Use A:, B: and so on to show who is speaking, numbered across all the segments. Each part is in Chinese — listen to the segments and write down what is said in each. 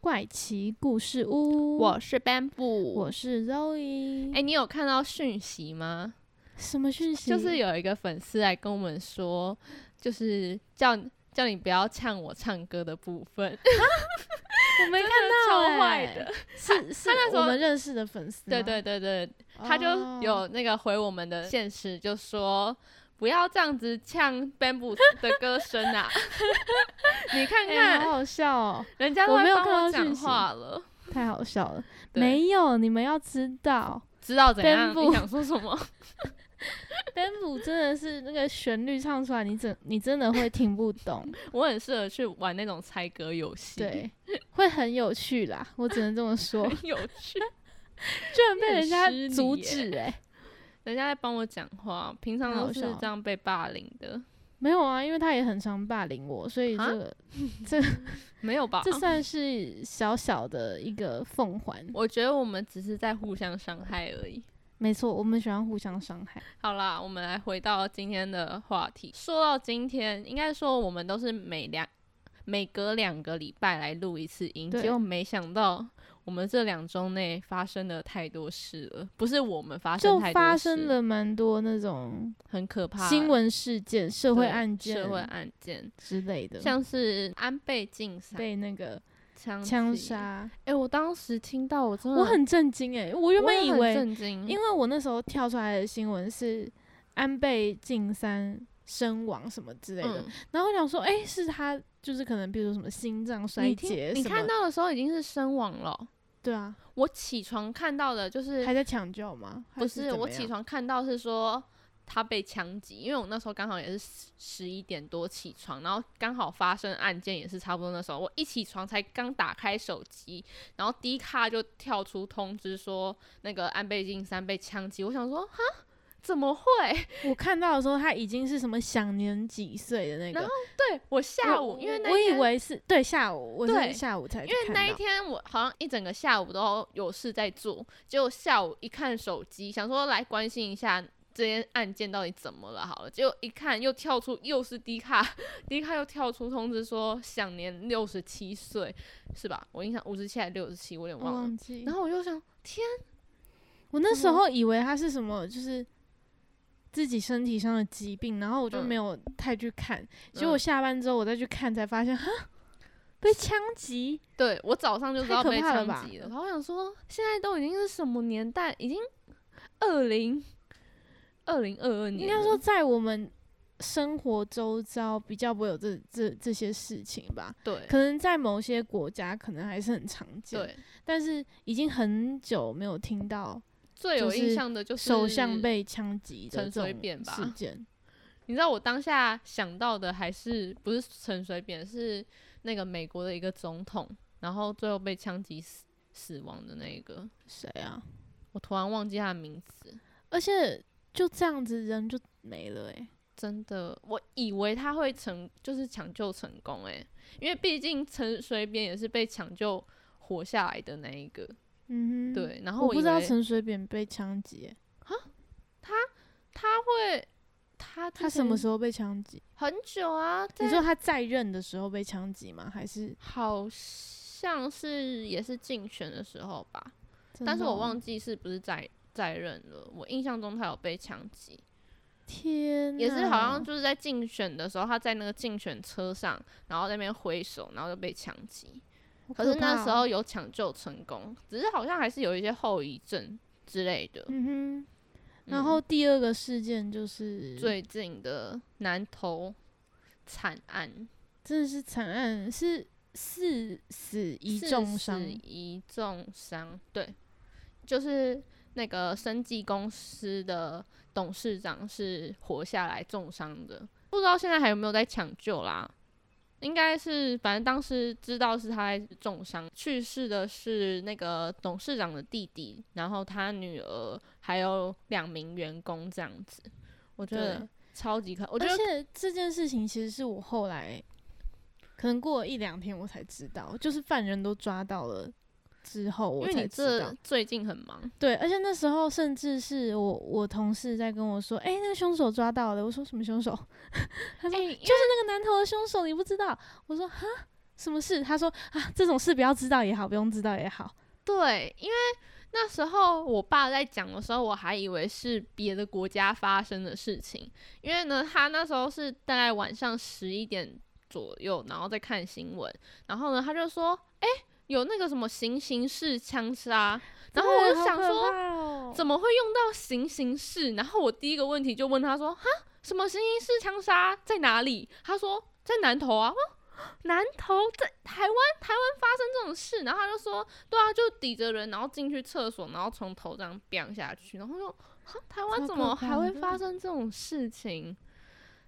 A: 怪奇故事屋，
B: 我是 Bamboo，
A: 我是 Zoe。
B: 哎、你有看到讯息吗？
A: 什么讯息？
B: 就是有一个粉丝来跟我们说，就是叫叫你不要呛我唱歌的部分，
A: 我没看
B: 超
A: 到、欸，
B: 坏的。
A: 是是
B: 他那时
A: 我
B: 候
A: 们认识的粉丝吗，
B: 对对对对，
A: 哦，
B: 他就有那个回我们的现实，就说不要这样子呛 Bamboo 的歌声 啊！你看
A: 哎、
B: 看，
A: 好好笑哦，
B: 人家都
A: 我
B: 会
A: 没有
B: 帮
A: 看到
B: 讲
A: 讯息
B: 话了，
A: 太好笑了。
B: 对
A: 没有，你们要知道，
B: 知道怎样？
A: Bamboo
B: 你想说什么？
A: 奔舞真的是那个旋律唱出来，你真你真的会听不 懂，
B: 我很适合去玩那种猜歌游戏，，
A: 对，会很有趣啦。我只能这么 说，
B: 很有趣。
A: 居然被人家
B: 你很失礼
A: 阻
B: 耶
A: 止哎、
B: 人家在帮我讲话，平常
A: 好
B: 都是
A: 笑
B: 这样被霸凌的，
A: 没有啊，因为他也很常霸凌我，所以这
B: 啊
A: 个这个
B: 没有吧？
A: 这算是小小的一个奉还。
B: 我觉得我们只是在互相伤害而已。
A: 没错，我们喜欢互相伤害。
B: 好啦，我们来回到今天的话题。说到今天，应该说我们都是每两每隔两个礼拜来录一次音，
A: 对
B: 结果没想到我们这两周内发生了太多事了，不是我们发
A: 就
B: 生太多事，
A: 发生了蛮多那种
B: 很可怕
A: 新闻事件、社会
B: 对
A: 案件、
B: 社会案件，
A: 之类的，
B: 像是安倍晋三
A: 被那个
B: 枪
A: 枪
B: 击。
A: 杀，
B: 哎、我当时听到，我真的
A: 我很震惊哎、我原
B: 我
A: 本
B: 也
A: 以
B: 很
A: 为，
B: 震惊，
A: 因为我那时候跳出来的新闻是安倍晋三身亡什么之类的，
B: 嗯
A: 然后我想说，哎、是他就是可能比如说什么心脏衰
B: 你听
A: 竭
B: 你
A: 什么，
B: 看到的时候已经是身亡了。
A: 对啊，
B: 我起床看到的就是
A: 还在抢救吗？还
B: 不
A: 是
B: 是
A: 怎么
B: 我
A: 样
B: 起床看到是说他被枪击，因为我那时候刚好也是十一点多起床，然后刚好发生案件也是差不多那时候，我一起床才刚打开手机，然后第一卡就跳出通知说那个安倍晋三被枪击，我想说哈。怎么会？
A: 我看到的时候，他已经是什么享年几岁的那
B: 然
A: 个
B: 后。对我下
A: 我
B: 午，因为那
A: 我以
B: 天
A: 为是对下午，我
B: 对
A: 是下午才
B: 因为
A: 看
B: 那一
A: 到
B: 天我好像一整个下午都有事在做，结果下午一看手机，想说来关心一下这件案件到底怎么了好了，结果一看又跳出又是迪卡，迪卡又跳出通知说享年六十七岁，是吧？我印象五十七还是六十七，我有点
A: 我
B: 忘了。
A: 忘记。
B: 然后我就想，天，
A: 我那时
B: 怎么
A: 候以为他是什么，就是自己身体上的疾病，然后我就
B: 嗯
A: 没有太去看。结果
B: 嗯
A: 下班之后我再去看，才发现哈，被枪击，
B: 对我早上就知道
A: 太可
B: 被
A: 怕了
B: 枪
A: 吧
B: 击了，然后我想说，现在都已经是什么年代？已经二零二零二二
A: 应
B: 年了，
A: 该说在我们生活周遭比较不会有这这这些事情吧。
B: 对
A: 可能在某些国家可能还是很常见，
B: 对。
A: 但是已经很久没有听到
B: 最有
A: 就
B: 印
A: 是
B: 象的就是
A: 首相被枪击的
B: 陈
A: 这
B: 水
A: 种
B: 扁吧
A: 事件。
B: 你知道我当下想到的还是不是陈水扁，是那个美国的一个总统，然后最后被枪击死死亡的那一个，
A: 谁啊？
B: 我突然忘记他的名字。
A: 而且就这样子人就没了
B: 欸
A: 诶、
B: 真的，我以为他会成，就是抢救成功诶、因为毕竟陈水扁也是被抢救活下来的那一个。
A: 嗯哼，。
B: 对，然后
A: 我
B: 我
A: 不
B: 以
A: 知道
B: 为
A: 陈水扁被枪击欸，
B: 他会，他
A: 他什么时
B: 候？
A: 候被枪击？
B: 很久啊，
A: 你
B: 在
A: 说他在任的时候被枪击吗？还是？
B: 好像是也是竞选的时候吧。但
A: 真
B: 是
A: 的
B: 我
A: 哦
B: 忘记是不是在在任了。我印象中他有被枪击，
A: 天哪，
B: 也是好
A: 哦
B: 像就是在竞选的时候，他在那个竞选车上，然后在那边挥手，然后就被枪击。
A: 好
B: 可是那
A: 怕
B: 时
A: 哦，
B: 候有抢救成功，只是好像还是有一些后遗症之类的。
A: 嗯哼。
B: 嗯
A: 然后第二个事件就是，
B: 最近的南投惨案，
A: 真的是惨案，是四死一重伤，
B: 一重伤，对，就是那个生技公司的董事长是活下来重伤的，不知道现在还有没有在抢救啦。应该是反正当时知道是他重伤，去世的是那个董事长的弟弟，然后他女儿还有两名员工这样子，我觉得
A: 对
B: 超级可，我
A: 我
B: 觉
A: 而
B: 得
A: 且这件事情其实是我后来，可能过了一两天我才知道，就是犯人都抓到了之后
B: 因
A: 我
B: 为
A: 才
B: 你
A: 知
B: 这
A: 道。
B: 最近很忙，
A: 对，而且那时候甚至是我我同事在跟我说：“哎、那个凶手抓到了。”我说：“什么凶手？” 他说：“
B: 哎
A: 就是那个男头的凶手，你不知道？”我说：“哈，什么事？”他说：“啊，这种事不要知道也好，不用知道也好。
B: 对，因为那时候我爸在讲的时候，我还以为是别的国家发生的事情，因为呢，他那时候是大概晚上十一点左右，然后再看新闻，然后呢，他就说，哎、有那个什么行刑式枪杀，”然后我就想说，
A: 说
B: 怎么会用到行刑式？然后我第一个问题就问他说：“哈，什么行刑式枪杀在哪里？”他说：“在南投啊。”哦，南投在台湾，台湾发生这种事，然后他就说：“对啊，就抵着人，然后进去厕所，然后从头这样 biang 下去。”然后就，哈，台湾
A: 超
B: 怎
A: 可
B: 么
A: 怕
B: 还会
A: 的
B: 发生这种事情？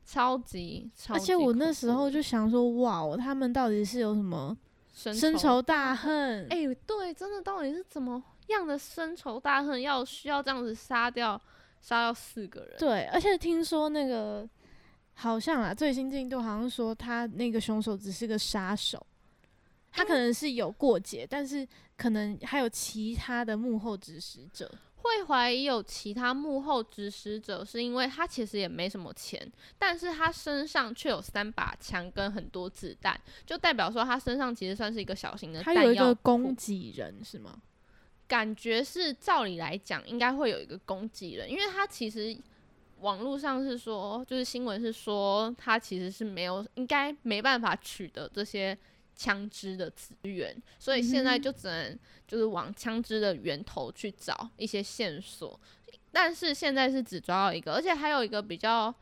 B: 超级超级
A: 而
B: 恐怖，
A: 且我那时候就想说：“哇哦，他们到底是有什么
B: 深
A: 深
B: 仇
A: 仇大恨？”
B: 哎、对，真的到底是怎么样的深仇大恨，要需要这样子杀掉杀掉四个人？
A: 对，而且听说那个好像啊，最新进度好像说他那个凶手只是个杀手，
B: 哦
A: 他可能是有过节，但是可能还有其他的幕后指使者。
B: 会怀疑有其他幕后指使者，是因为他其实也没什么钱，但是他身上却有三把枪跟很多子弹，就代表说他身上其实算是一个小型的
A: 他
B: 呃弹
A: 有一
B: 药
A: 个
B: 库
A: 供给人是吗？
B: 感觉是照理来讲应该会有一个攻击人，因为他其实网络上是说，就是新闻是说他其实是没有，应该没办法取得这些枪支的资源，所以现
A: 嗯
B: 在就只能就是往枪支的源头去找一些线索，但是现在是只抓到一个，而且还有一个比较。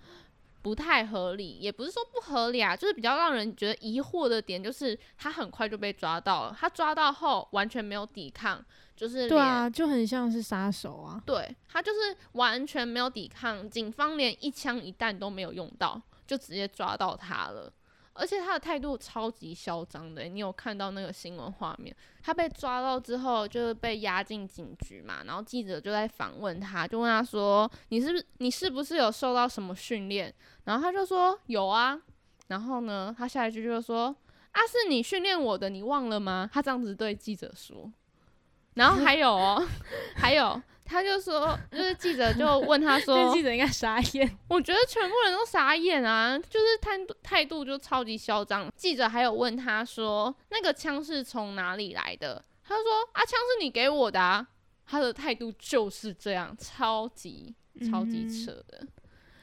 B: 不太合理，也不是说不合理啊，就是比较让人觉得疑惑的点，就是他很快就被抓到了，他抓到后完全没有抵抗，就是
A: 对
B: 连
A: 啊，就很像是杀手啊。
B: 对他就是完全没有抵抗，警方连一枪一弹都没有用到，就直接抓到他了。而且他的态度超级嚣张的，你有看到那个新闻画面？他被抓到之后，就是被押进警局嘛，然后记者就在访问他，就问他说：“你是不是你是不是有受到什么训练？”然后他就说：“有啊。”然后呢，他下一句就说：“啊，是你训练我的，你忘了吗？”他这样子对记者说。然后还有哦， 还有，他就说，就是记者就问他说：“
A: 那记者应该傻眼。
B: 我觉得全部人都傻眼啊，就是态度态度就超级嚣张。记者还有问他说，那个枪是从哪里来的？他就说啊，枪是你给我的啊。他的态度就是这样，超级
A: 嗯
B: 超级扯的。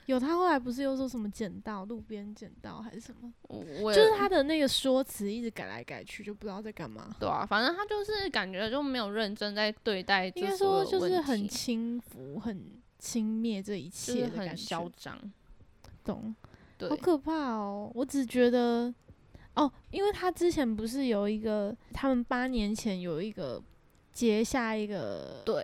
A: 有他后来不是又说什么捡到路边捡到还是什么？
B: 我我
A: 就
B: 也
A: 是他的那个说辞一直改来改去，就不知道在干嘛。
B: 对啊，反正他就是感觉就没有认真在对待这
A: 应该说
B: 所有
A: 就
B: 问
A: 是很
B: 题
A: 轻浮、很轻蔑这一
B: 就
A: 切
B: 是
A: 的感
B: 很
A: 觉
B: 嚣。张。
A: 懂。
B: 对
A: 好，可怕哦！我只觉得，哦，因为他之前不是有一个，他们八年前有一个结下一个，
B: 对，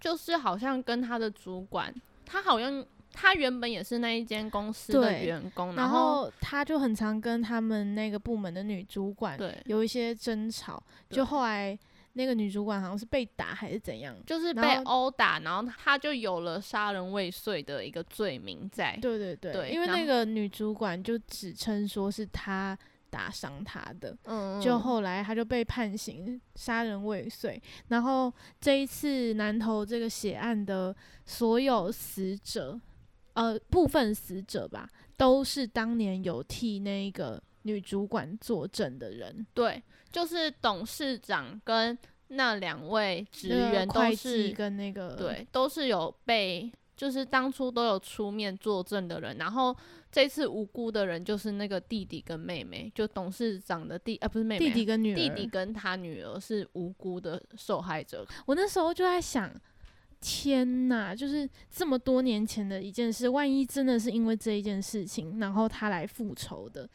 B: 就是好像跟他的主管，他好像他原本也是那一间公司的
A: 对
B: 员工，
A: 然
B: 后
A: 后他就很常跟他们那个部门的女主管
B: 对，
A: 有一些争吵，
B: 对
A: 就后来那个女主管好像是被打还是怎样，
B: 就是
A: 然
B: 被
A: 后
B: 殴打，然后他就有了杀人未遂的一个罪名在。
A: 对对对，
B: 对
A: 因为
B: 然
A: 那
B: 后
A: 个女主管就指称说是他打伤他的，
B: 嗯
A: 就后来他就被判刑杀人未遂，然后这一次南投这个血案的所有死者，呃，部分死者吧，都是当年有替那个女主管作证的人，
B: 对，就是董事长跟那两位职
A: 那个
B: 员都
A: 会计
B: 是
A: 跟那个，
B: 对，都是有被，就是当初都有出面作证的人，然后这次无辜的人就是那个弟弟跟妹妹，就董事长的弟，呃，不是妹妹
A: 弟
B: 啊，
A: 弟跟女儿，
B: 弟弟跟他女儿是无辜的受害者，
A: 我那时候就在想，天呐，就是这么多年前的一件事，万一真的是因为这一件事情，然后他来复仇的，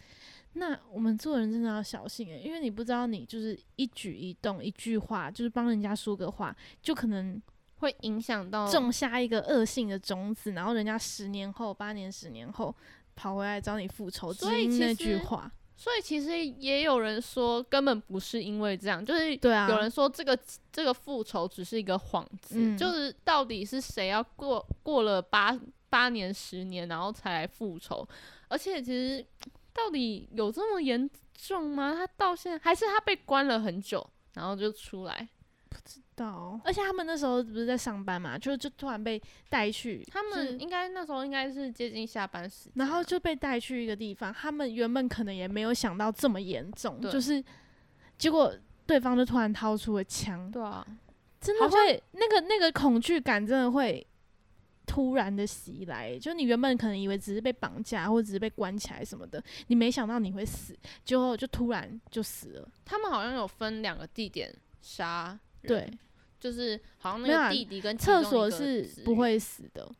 A: 那我们做人真的要小心欸诶、因为你不知道你就是一举一动、一句话，就是帮人家说个话，就可能
B: 会影响到
A: 种下一个恶性的种子，然后人家十年后、八年、十年后跑回来找你复仇，只
B: 所以
A: 因
B: 其
A: 那句
B: 实
A: 话。
B: 所以其实也有人说，根本不是因为这样，就是
A: 对啊
B: 有人说这个这个复仇只是一个幌子，
A: 嗯
B: 就是到底是谁要过过了八八年十年，然后才来复仇，而且其实到底有这么严重吗？他到现在还是他被关了很久，然后就出来，
A: 到，而且他们那时候不是在上班嘛，就就突然被带去，
B: 他
A: 就是
B: 们应该那时候应该是接近下班时间啊，
A: 然后就被带去一个地方，他们原本可能也没有想到这么严重，
B: 对
A: 就是结果对方就突然掏出了枪，
B: 对啊，
A: 真
B: 好
A: 的
B: 像
A: 会那个那个恐惧感真的会突然的袭来，就你原本可能以为只是被绑架或者只是被关起来什么的，你没想到你会死，结果就突然就死了，
B: 他们好像有分两个地点杀人
A: 对，，
B: 就是好像
A: 没有
B: 那
A: 啊
B: 个弟弟跟其中
A: 厕
B: 一
A: 所
B: 个
A: 是
B: 子
A: 不
B: 女
A: 会死的，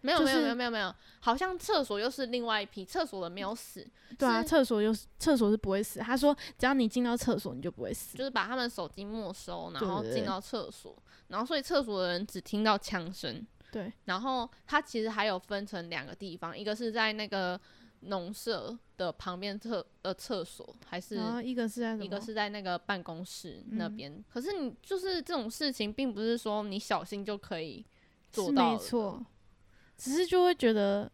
B: 没有
A: 就
B: 没有没
A: 是
B: 有没有没有，好像厕所又是另外一批，厕所的没有死，
A: 对啊，
B: 是
A: 厕所就是厕所是不会死。他说，只要你进到厕所，你就不会死。
B: 就是把他们手机没收，然后
A: 对
B: 进到厕所，然后所以厕所的人只听到枪声。
A: 对，
B: 然后它其实还有分成两个地方，一个是在那个农舍的旁边厕呃厕所，还是
A: 然后一个是在什么
B: 一个是在那个办公室那
A: 嗯
B: 边。可是你就是这种事情，并不是说你小心就可以做
A: 是
B: 到
A: 没
B: 的
A: 错，只是就会觉得，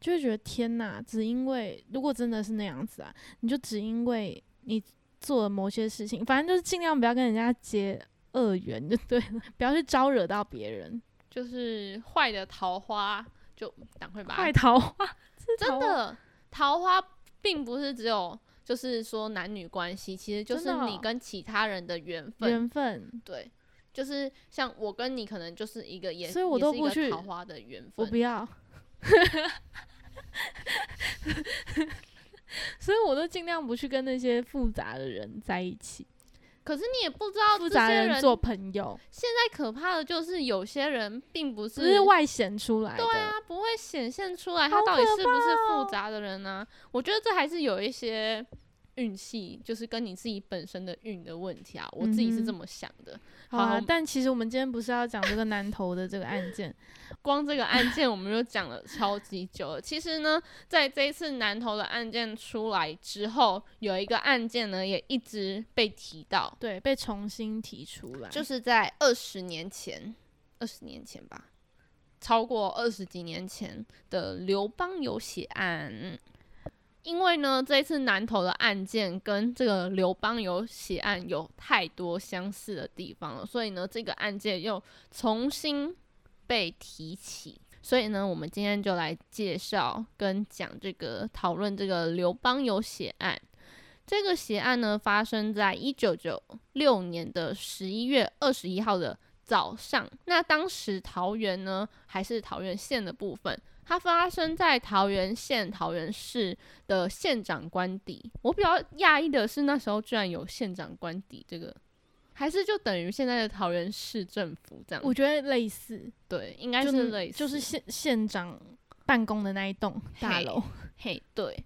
A: 就会觉得天哪！只因为如果真的是那样子啊，你就只因为你做了某些事情，反正就是尽量不要跟人家结恶缘就对了， 不要去招惹到别人。
B: 就是坏的桃花就赶快把它
A: 快逃啊！ 这
B: 真
A: 桃花
B: 的，桃花并不是只有就是说男女关系，其实就
A: 真
B: 是
A: 的
B: 你
A: 哦
B: 跟其他人的缘分。
A: 缘分，
B: 对，就是像我跟你可能就是一个也，
A: 所以我
B: 也
A: 都
B: 是一
A: 不
B: 个
A: 去
B: 桃花的缘
A: 我
B: 分
A: 不。要。 所以我都尽量不去跟那些复杂的人在一起。
B: 可是你也不知道
A: 复
B: 哦这
A: 杂
B: 些
A: 人
B: 人。
A: 做朋友，
B: 现在可怕的就是有些人并不
A: 只
B: 是
A: 是外显出来的。
B: 对啊，不会显现出来他
A: 好
B: 到底
A: 可
B: 是不是
A: 怕哦
B: 复杂的人呢、我觉得这还是有一些运气，就是跟你自己本身的运的问题啊。我自己是这
A: 嗯哼
B: 么想的。
A: 好
B: 好
A: 啊
B: 我，
A: 但其实我们今天不是要讲这个南投的这个案件，
B: 光这个案件我们就讲了超级久了。其实呢，在这一次南投的案件出来之后，有一个案件呢也一直被提到，
A: 对，被重新提出来，
B: 就是在二十年前，二十年前吧，超过二十几年前的刘邦有血案。因为呢，这一次南投的案件跟这个刘邦有血案有太多相似的地方了，所以呢，这个案件又重新被提起。所以呢，我们今天就来介绍跟讲这个讨论这个刘邦有血案。这个血案呢，发生在一九九六年的十一月二十一号的早上。那当时桃园呢，还是桃园县的部分，它发生在桃园县桃园市的县长官邸。我比较讶异的是，那时候居然有县长官邸这个，还是就等于现在的桃园市政府这样子
A: 我觉得类似，
B: 对，应该
A: 就是
B: 类似，
A: 就是县县长办公的那一栋大
B: 嘿
A: 楼，
B: 嘿，对，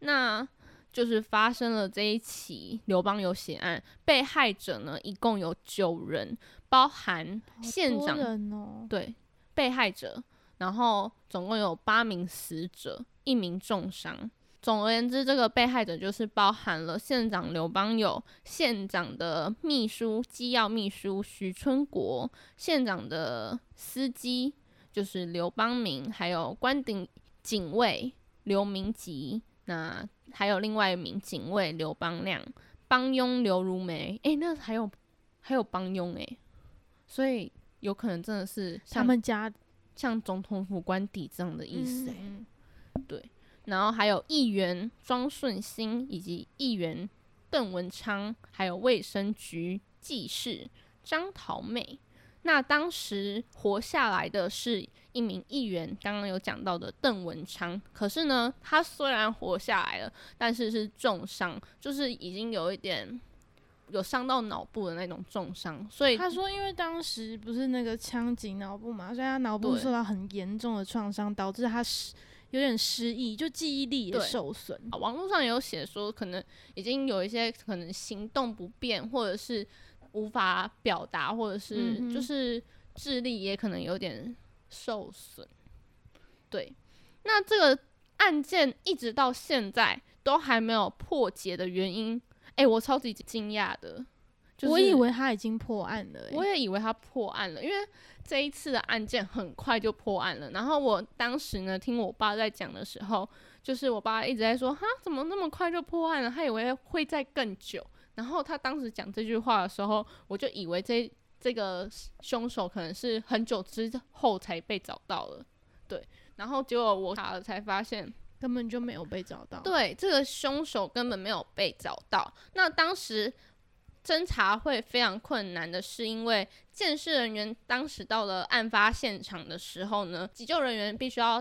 B: 那就是发生了这一起刘邦有血案，被害者呢一共有九人，包含县
A: 多
B: 长
A: 人哦，
B: 对被害者，然后总共有八名死者，一名重伤。总而言之，这个被害者就是包含了县长刘邦友、县长的秘书、机要秘书徐春国、县长的司机就是刘邦明，还有官邸警卫刘明吉，那还有另外一名警卫刘邦亮、帮佣刘如梅。诶、那还有还有帮佣诶、所以有可能真的是
A: 他
B: 像
A: 们家
B: 像总统府官邸这样的意思、欸诶
A: 嗯
B: 然后还有议员庄顺兴以及议员邓文昌，还有卫生局技士张桃妹。那当时活下来的是一名议员，刚刚有讲到的邓文昌。可是呢，他虽然活下来了，但是是重伤，就是已经有一点有伤到脑部的那种重伤，所以
A: 他说，因为当时不是那个枪击脑部嘛，所以他脑部
B: 对
A: 受到很严重的创伤，导致他失有点失忆，就记忆力也
B: 对
A: 受损。
B: 啊网络上有写说，可能已经有一些可能行动不便，或者是无法表达，或者是
A: 嗯哼
B: 就是智力也可能有点受损。对，那这个案件一直到现在都还没有破解的原因，哎、我超级惊讶的。就是、
A: 我以为他已经破案了、欸，
B: 我也以为他破案了，因为这一次的案件很快就破案了。然后我当时呢，听我爸在讲的时候，就是我爸一直在说：“哈，怎么那么快就破案了？”他以为会再更久。然后他当时讲这句话的时候，我就以为这这个凶手可能是很久之后才被找到了，对。然后结果我查了才发现，
A: 根本就没有被找到。，
B: 对，这个凶手根本没有被找到。那当时侦查会非常困难的是，因为鉴识人员当时到了案发现场的时候呢，急救人员必须要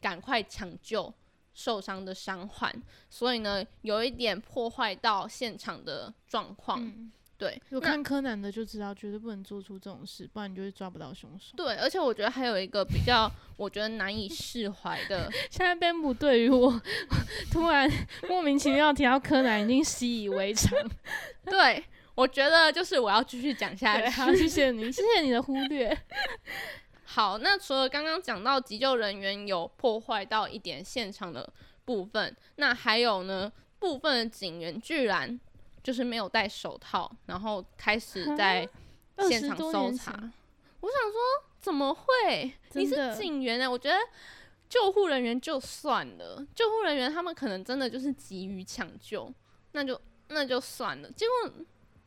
B: 赶快抢救受伤的伤患，所以呢，有一点破坏到现场的状况。
A: 嗯，
B: 对，
A: 有
B: 那
A: 看柯南的就知道，绝对不能做出这种事，不然你就会抓不到凶手。
B: 对，而且我觉得还有一个比较，我觉得难以释怀 的，
A: 现在 b 姆对于我突然莫名其妙提到柯南，已经习以为常。
B: 对我觉得就是我要继续讲下
A: 对，
B: 去。
A: 好， 谢谢你，谢谢你的忽 略。
B: 好，那除了刚刚讲到急救人员有破坏到一点现场的部分，那还有呢，部分的警员居然就是没有戴手套，然后开始在
A: 二
B: 现
A: 十
B: 场
A: 多
B: 搜
A: 年
B: 查
A: 前。
B: 我想说，怎么会？你
A: 真
B: 是
A: 的
B: 警员呢、我觉得救护人员就算了，救护人员他们可能真的就是急于抢救，那就那就算了。结果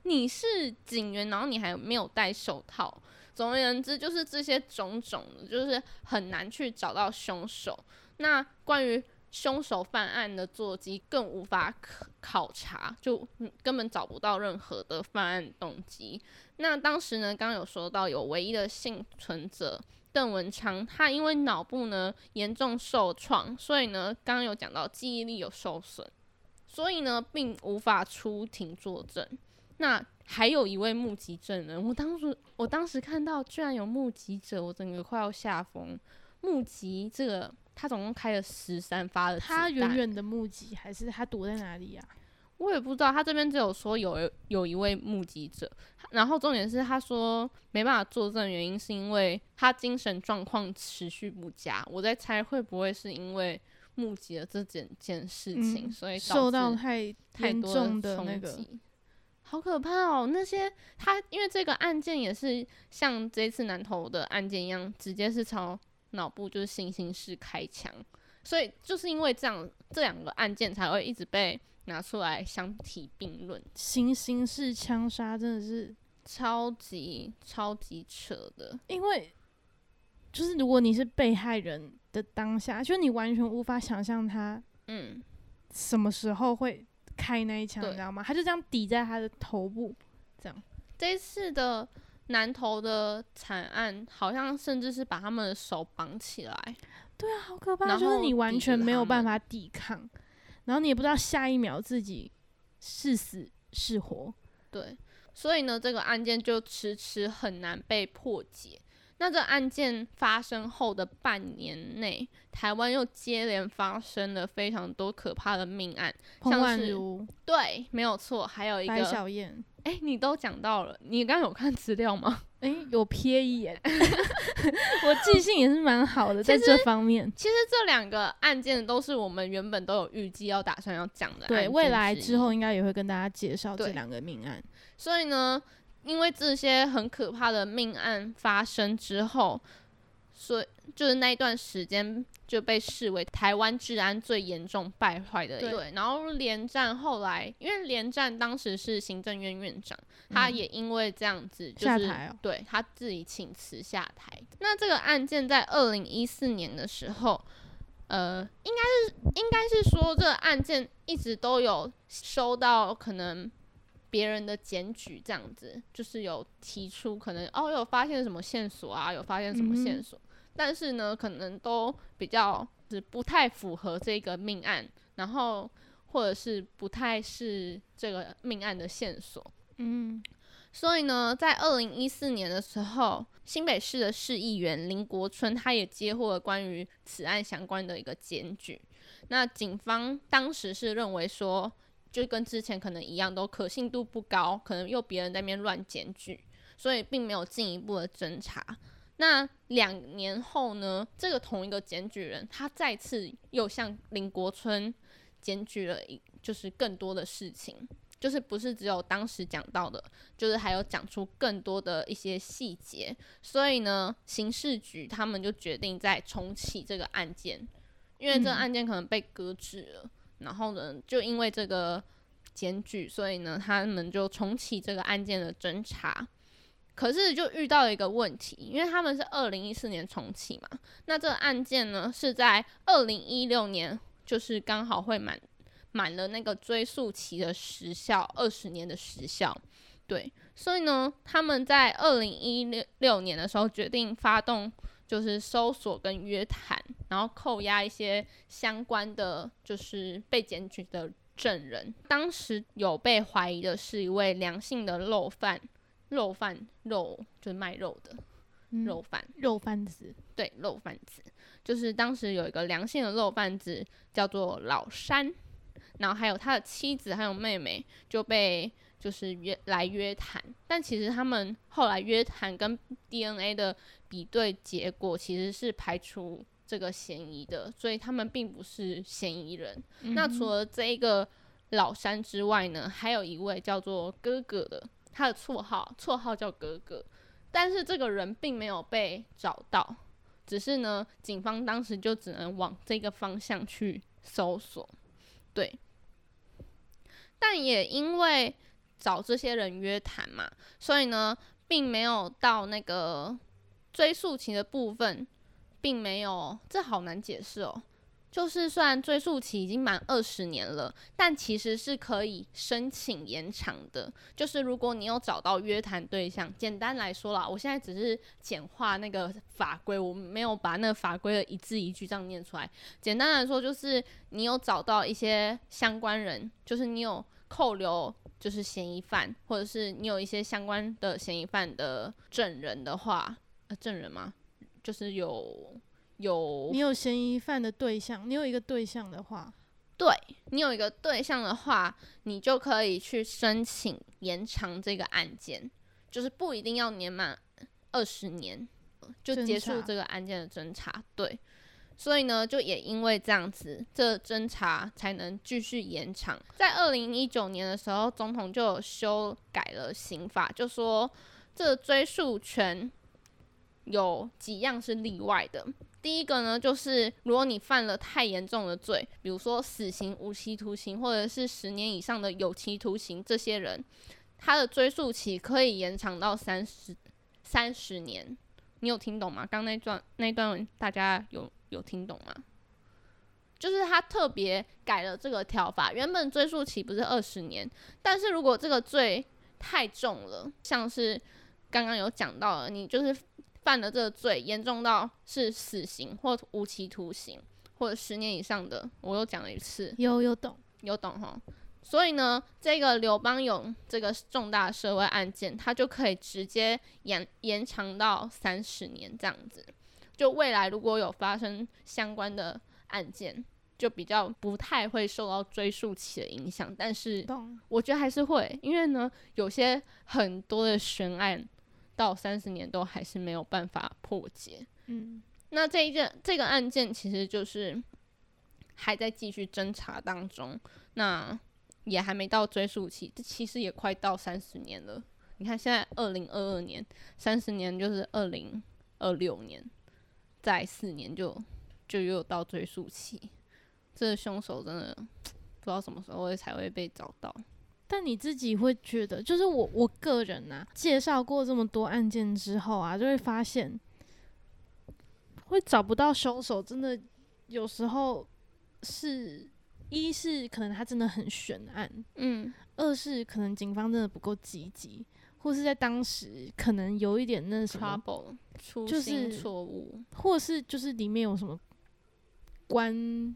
B: 你是警员，然后你还没有戴手套。总而言之，就是这些种种的，就是很难去找到凶手。那关于凶手犯案的坐机更无法可考察，就嗯根本找不到任何的犯案动机。那当时呢，刚刚有说到有唯一的幸存者邓文昌，他因为脑部呢严重受创，所以呢，刚刚有讲到记忆力有受损，所以呢，并无法出庭作证。那还有一位目击证人，我当时我当时看到居然有目击者，我整个快要吓疯。目击这个，他总共开了十三发的子
A: 他远
B: 弹
A: 远的目击，还是他躲在哪里啊呀、
B: 我也不知道，他这边只有说有有一位目击者，然后重点是他说没办法作证，原因是因为他精神状况持续不佳。我在猜会不会是因为目击了这整件事情，
A: 嗯
B: 所以导
A: 受到
B: 致
A: 太
B: 太
A: 严
B: 多
A: 重的那
B: 冲
A: 个，
B: 击。好可怕哦！那些他因为这个案件也是像这次南投的案件一样，直接是朝脑部就是行刑式开枪，所以就是因为这样这两个案件才会一直被拿出来相提并论，
A: 行刑式枪杀真的是，
B: 超级超级扯的。
A: 因为就是如果你是被害人的当下，就你完全无法想象他
B: 嗯，
A: 什么时候会开那一枪，
B: 对
A: 你知道吗？他就这样抵在他的头部，
B: 这一次的南投的惨案，好像甚至是把他们的手绑起来，
A: 好可怕！
B: 然
A: 就是
B: 后
A: 你完
B: 抵
A: 全
B: 着
A: 没
B: 他
A: 有办
B: 们
A: 法抵抗，然后你也不知道下一秒自己是死是活。
B: 对，所以呢，这个案件就迟迟很难被破解。那这案件发生后的半年内，台湾又接连发生了非常多可怕的命案。
A: 彭
B: 像
A: 婉
B: 是
A: 如、
B: 对，没有错，还有一个
A: 白，小燕，
B: 哎、你都讲到了，你刚刚有看资料吗？
A: 诶，有瞥一 眼，我记性也是蛮好的，在这方面。
B: 其实这两个案件都是我们原本都有预计要打算要讲的案件
A: 对，未来
B: 之
A: 之
B: 一
A: 后应该也会跟大家介绍这
B: 对
A: 两个命案。
B: 所以呢，因为这些很可怕的命案发生之后，所以就是那一段时间就被视为台湾治安最严重败坏的一
A: 对
B: 对。然后连战后来，因为连战当时是行政院院长，他
A: 嗯
B: 也因为这样子就是
A: 下台哦
B: 对他自己请辞下台。那这个案件在二零一四年的时候，呃，应该是应该是说这个案件一直都有收到可能别人的检举这样子，就是有提出可能哦有发现什么线索啊，有发现什么
A: 嗯
B: 线
A: 哼
B: 索，但是呢可能都比较是不太符合这个命案，然后或者是不太是这个命案的线索。
A: 嗯，
B: 所以呢，在二零一四年的时候，新北市的市议员林国春他也接获了关于此案相关的一个检举。那警方当时是认为说，就跟之前可能一样，都可信度不高，可能又别人在那边乱检举，所以并没有进一步的侦查。那两年后呢，这个同一个检举人他再次又向林国春兼具了一就是更多的事情，就是不是只有当时讲到的，就是还有讲出更多的一些细节。所以呢，刑事局他们就决定再重启这个案件，因为这个
A: 嗯
B: 案件可能被搁置了。然后呢，就因为这个检举，所以呢，他们就重启这个案件的侦查。可是就遇到了一个问题，因为他们是二零一四年重启嘛，那这个案件呢是在二零一六年，就是刚好会满满了那个追溯期的时效，二十年的时效。对，所以呢，他们在二零一六六年的时候决定发动就是搜索跟约谈，然后扣押一些相关的就是被检举的证人。当时有被怀疑的是一位良性的肉贩，肉贩肉就是卖肉的
A: 嗯
B: 肉贩，
A: 肉贩子，
B: 对，肉贩子，就是当时有一个良性的肉贩子叫做老山，然后还有他的妻子还有妹妹就被就是约来约谈，但其实他们后来约谈跟 DNA 的比对结果其实是排除这个嫌疑的，所以他们并不是嫌疑人。
A: 嗯
B: 那除了这一个老山之外呢，还有一位叫做哥哥的，他的绰号绰号叫哥哥，但是这个人并没有被找到，只是呢，警方当时就只能往这个方向去搜索，对。但也因为找这些人约谈嘛，所以呢，并没有到那个追溯期的部分，并没有，这好难解释哦。就是虽然追溯期已经满二十年了，但其实是可以申请延长的。就是如果你有找到约谈对象，简单来说啦，我现在只是简化那个法规，我没有把那个法规的一字一句这样念出来。简单来说，就是你有找到一些相关人，就是你有扣留就是嫌疑犯，或者是你有一些相关的嫌疑犯的证人的话，呃，证人吗？就是有有
A: 你有嫌疑犯的对象，你有一个对象的话，
B: 对你有一个对象的话，你就可以去申请延长这个案件，就是不一定要年满二十年就
A: 侦
B: 结束
A: 查
B: 这个案件的侦查。对，所以呢，就也因为这样子，这侦查才能继续延长。在二零一九年的时候，总统就有修改了刑法，就说这追诉权有几样是例外的。第一个呢，就是如果你犯了太严重的罪，比如说死刑、无期徒刑，或者是十年以上的有期徒刑，这些人他的追诉期可以延长到三十三十年。你有听懂吗？刚那段那段大家有有听懂吗？就是他特别改了这个条法，原本追诉期不是二十年，但是如果这个罪太重了，像是刚刚有讲到了，你就是犯了这个罪，严重到是死刑或无期徒刑，或者十年以上的，我又讲了一次，
A: 有有懂，
B: 有懂哈？所以呢，这个刘邦勇这个重大社会案件，它就可以直接延延长到三十年这样子。就未来如果有发生相关的案件，就比较不太会受到追溯期的影响。但是
A: 懂，
B: 我觉得还是会，因为呢，有些很多的悬案到三十年都还是没有办法破解。
A: 嗯，
B: 那这一件这个案件其实就是还在继续侦查当中，那也还没到追溯期，这其实也快到三十年了。你看现在二零二二年，三十年就是二零二六年，再四年就就又到追溯期，这个凶手真的不知道什么时候会才会被找到。
A: 但你自己会觉得，就是我我个人呐、介绍过这么多案件之后啊，就会发现，会找不到凶手，真的有时候是一是可能他真的很悬案，
B: 嗯，
A: 二是可能警方真的不够积极，或是在当时可能有一点那什么，
B: trouble 粗
A: 就
B: 心
A: 是
B: 错误，
A: 或是就是里面有什么官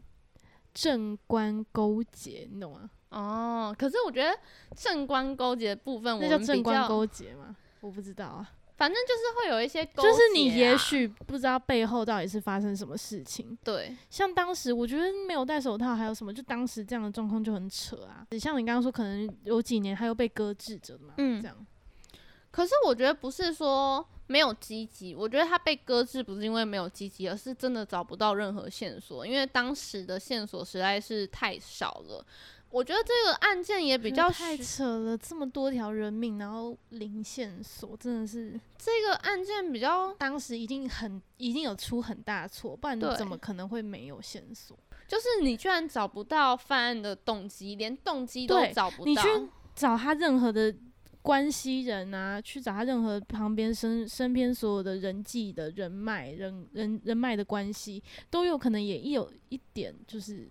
A: 正官勾结，你懂吗？
B: 哦，可是我觉得正官勾结的部分，我
A: 那
B: 们
A: 叫正
B: 比
A: 官
B: 较
A: 勾结吗？我不知道啊，
B: 反正就是会有一些勾结啊、
A: 就是你也许不知道背后到底是发生什么事情。
B: 对，
A: 像当时我觉得没有戴手套，还有什么，就当时这样的状况就很扯啊。像你刚刚说，可能有几年他又被搁置着嘛，
B: 嗯
A: 这样
B: 可是我觉得不是说没有积极。我觉得他被搁置不是因为没有积极，而是真的找不到任何线索，因为当时的线索实在是太少了。我觉得这个案件也比
A: 觉得
B: 较
A: 太
B: 需
A: 扯了，这么多条人命，然后零线索，真的是
B: 这个案件比较
A: 当时一定很一定有出很大错，不然
B: 对
A: 怎么可能会没有线索？
B: 就是你居然找不到犯案的动机，连动机都
A: 对
B: 找不
A: 你
B: 到
A: 去。找他任何的关系人啊，去找他任何旁边身身边所有的人际的人脉、人人人脉的关系，都有可能也一有一点就是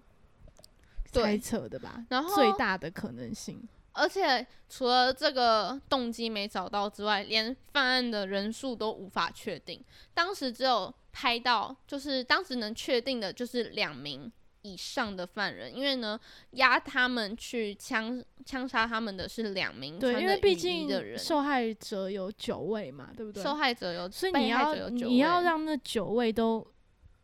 B: 对
A: 猜测的吧，
B: 然后嗯
A: 最大的可能性。
B: 而且除了这个动机没找到之外，连犯案的人数都无法确定。当时只有拍到，就是当时能确定的就是两名以上的犯人，因为呢，押他们去枪枪杀他们的是两名穿
A: 对，因
B: 着
A: 为毕
B: 雨衣的
A: 竟
B: 人，
A: 受害者有九位嘛，对不对？
B: 受害者有，
A: 所以
B: 被
A: 你
B: 害
A: 要
B: 者有九
A: 你要
B: 位
A: 让那九位都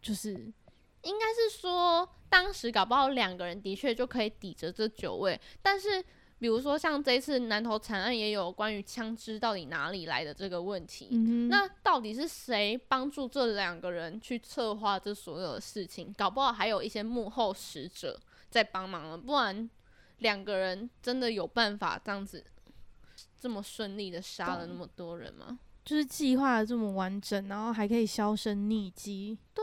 A: 就是
B: 应该是说，当时搞不好两个人的确就可以抵着这九位，但是比如说像这一次南投惨案也有关于枪支到底哪里来的这个问题，
A: 嗯哼
B: 那到底是谁帮助这两个人去策划这所有的事情？搞不好还有一些幕后使者在帮忙了，不然两个人真的有办法这样子这么顺利的杀了那么多人吗？
A: 就是计划的这么完整，然后还可以销声匿迹，
B: 啊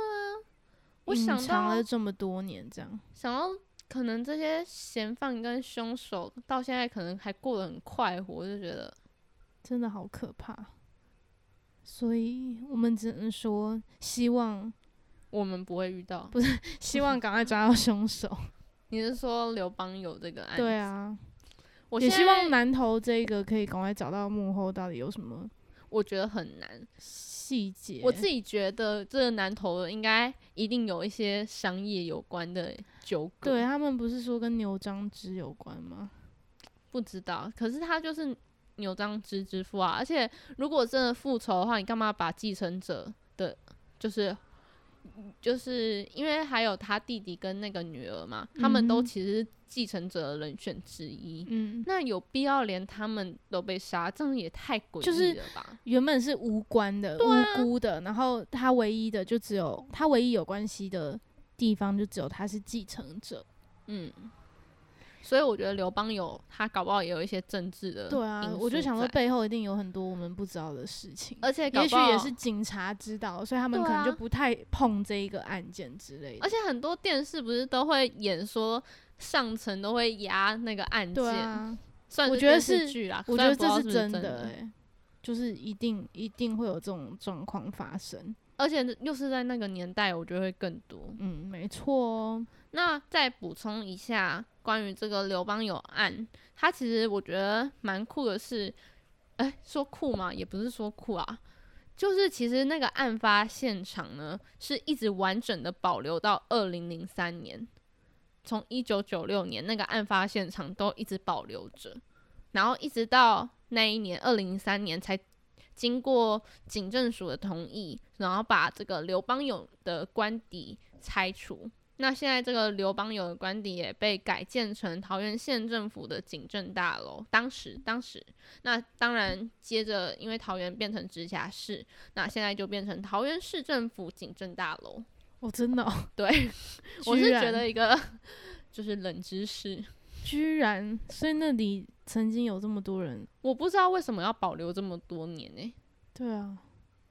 B: 我
A: 隐
B: 想
A: 藏
B: 到
A: 了这么多年，这样
B: 想到可能这些嫌犯跟凶手到现在可能还过得很快活，我就觉得
A: 真的好可怕。所以我们只能说，希望
B: 我们不会遇到。
A: 希望赶快抓到凶 手。
B: 你是说刘邦有这个案？
A: 对，啊，
B: 我
A: 也
B: 现
A: 希望
B: 在
A: 南投这个可以赶快找到幕后到底有什么
B: 我觉得很难。
A: 细节。
B: 我自己觉得这个南投应该一定有一些商业有关的纠葛，
A: 对，啊他们不是说跟牛樟芝有关吗？
B: 不知道。可是他就是牛樟芝之父啊，而且如果真的复仇的话，你干嘛把继承者的，就是就是因为还有他弟弟跟那个女儿嘛，他们都
A: 嗯
B: 其实是继承者的人选之一。
A: 嗯，
B: 那有必要连他们都被杀，这样也太诡
A: 就是
B: 异了吧？
A: 原本是无关的、
B: 对啊
A: 无辜的，然后他唯一的就只有他唯一有关系的地方就只有他是继承者。
B: 嗯，所以我觉得刘邦有他搞不好也有一些政治的
A: 对啊
B: 因，
A: 我就
B: 素
A: 想说
B: 在，
A: 背后一定有很多我们不知道的事情，
B: 而且搞
A: 也许
B: 不好
A: 也是，警察知道，所以他们
B: 对
A: 可能就
B: 啊
A: 不太碰这一个案件之类的。
B: 而且很多电视不是都会演说上层都会压那个案件，
A: 对啊，
B: 算
A: 我
B: 是
A: 觉得
B: 电视
A: 是
B: 剧啦，
A: 我
B: 虽
A: 觉得
B: 然不知
A: 这
B: 道是不
A: 真
B: 真
A: 的、欸，就是一定一定会有这种状况发生。
B: 而且又是在那个年代，我觉得会更多。
A: 嗯，没错哦。
B: 那再补充一下关于这个刘邦友案，他其实我觉得蛮酷的是，哎、说酷嘛，也不是说酷啊，就是其实那个案发现场呢，是一直完整的保留到二零零三年，从一九九六年那个案发现场都一直保留着，然后一直到那一年二零零三年才。经过警政署的同意，然后把这个刘邦勇的官邸拆除，那现在这个刘邦友的官邸也被改建成桃园县政府的警政大楼。当时，当时，那当然接着，因为桃园变成直辖市，那现在就变成桃园市政府警政大楼。
A: 我、真的哦、
B: 对，我
A: 居
B: 是
A: 然
B: 觉得一个 就是冷知识，
A: 居然，所以那里曾经有这么多人，
B: 我不知道为什么要保留这么多年呢、欸
A: 对啊，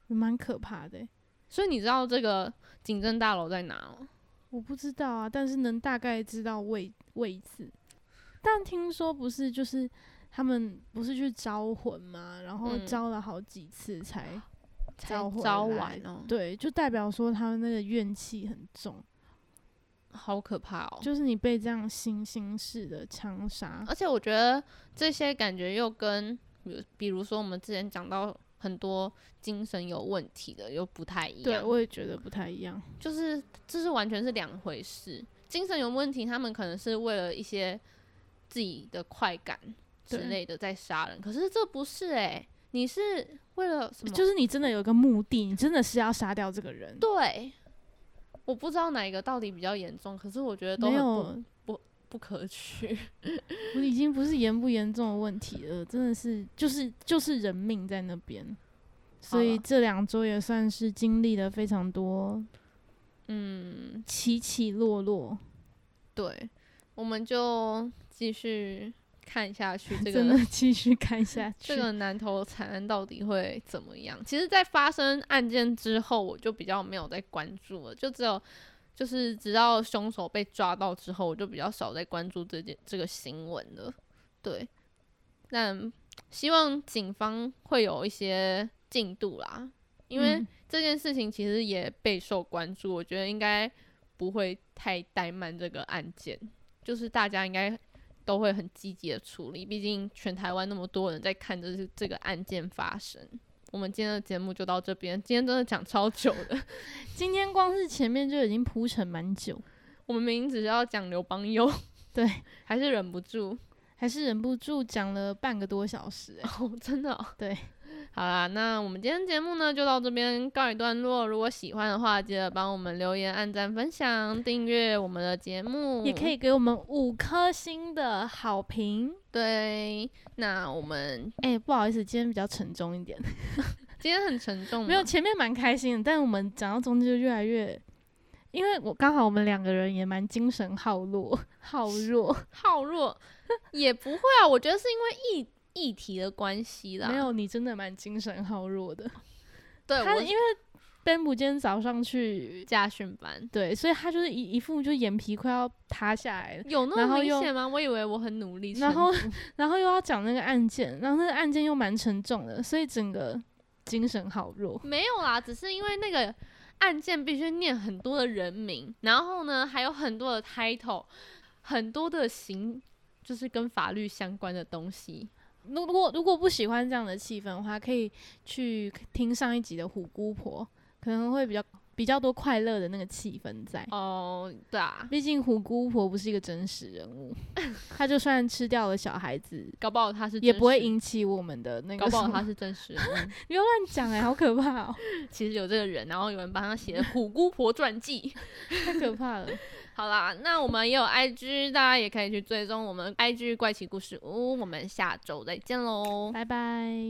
A: 蛮可怕的欸、
B: 所以你知道这个警政大楼在哪哦？
A: 我不知道啊，但是能大概知道位位置。但听说不是就是他们不是去招魂嘛，然后
B: 嗯
A: 招了好几次才、
B: 才
A: 招回
B: 招
A: 来
B: 完哦，
A: 对，就代表说他们那个怨气很重，
B: 好可怕哦！
A: 就是你被这样行刑式的枪杀，
B: 而且我觉得这些感觉又跟，比如比如说我们之前讲到很多精神有问题的又不太一
A: 对
B: 样，
A: 我也觉得不太一样。
B: 就是这是完全是两回事。精神有问题，他们可能是为了一些自己的快感之
A: 对
B: 类的在杀人，可是这不是诶、你是为了什么？
A: 就是你真的有一个目的，你真的是要杀掉这个人，
B: 对，我不知道哪一个到底比较严重，可是我觉得都
A: 没
B: 很
A: 有
B: 不不可取。
A: 我已经不是严不严重的问题了，真的是就是就是人命在那边。所以
B: 了
A: 这两周也算是经历了非常多
B: 嗯，
A: 起起落落，
B: 对，我们就继续看 下去这
A: 真
B: 个
A: 的继续看下去。
B: 这个南投惨案到底会怎么样？其实，在发生案件之后，我就比较没有在关注了，就只有就是直到凶手被抓到之后，我就比较少在关注这件这个新闻了。对，但希望警方会有一些进度啦，因为
A: 嗯
B: 这件事情其实也备受关注，我觉得应该不会太怠慢这个案件，就是大家应该都会很积极的处理，毕竟全台湾那么多人在看这是这个案件发生。我们今天的节目就到这边，今天真的讲超久的，
A: 今天光是前面就已经铺陈蛮久，
B: 我们明明只是要讲刘邦优，
A: 对，
B: 还是忍不住，
A: 还是忍不住讲了半个多小时、欸。
B: 哦，真的、哦，
A: 对，
B: 好啦，那我们今天节目呢就到这边告一段落。如果喜欢的话，记得帮我们留言、按赞、分享、订阅我们的节目，
A: 也可以给我们五颗星的好评。
B: 对，那我们
A: 哎、不好意思，今天比较沉重一点，
B: 今天很沉重吗，
A: 没有前面蛮开心的，但我们讲到中间就越来越，因为我刚好我们两个人也蛮精神耗弱， 耗弱，
B: 好弱，也不会啊。我觉得是因为议议题的关系啦。
A: 没，有你真的蛮精神耗弱的。
B: 啊对，
A: 他
B: 我
A: 因为 Ben 今天早上去，
B: 家训班
A: 对，所以他就是一一副就眼皮快要塌下来了，
B: 有那
A: 然
B: 么
A: 后
B: 明
A: 又
B: 显吗？我以为我很努力，
A: 然后 然后又要讲那个案件，然后那个案件又蛮沉重的，所以整个精神好弱。
B: 没有啦，只是因为那个案件必须念很多的人名，然后呢还有很多的 title，很多的刑，就是跟法律相关的东 西。
A: 如如果如果不喜欢这样的气氛的话，可以去听上一集的虎姑婆，可能会比较比较多快乐的那个气氛在。
B: 哦，对啊，
A: 毕竟虎姑婆不是一个真实人 物，她就算吃掉了小孩子，
B: 搞不好他是
A: 也
B: 真
A: 不会
B: 实，
A: 引起我们的那个
B: 搞不
A: 什
B: 好
A: 么
B: 他是真实人物。
A: 不要乱讲哎、好可怕哦、
B: 其实有这个人，然后有人帮他写了《虎姑婆传记》。
A: 太可怕了。
B: 好啦，那我们也有 IG，大家也可以去追踪我们 IG 怪奇故事屋。我们下周再见喽，
A: 拜拜。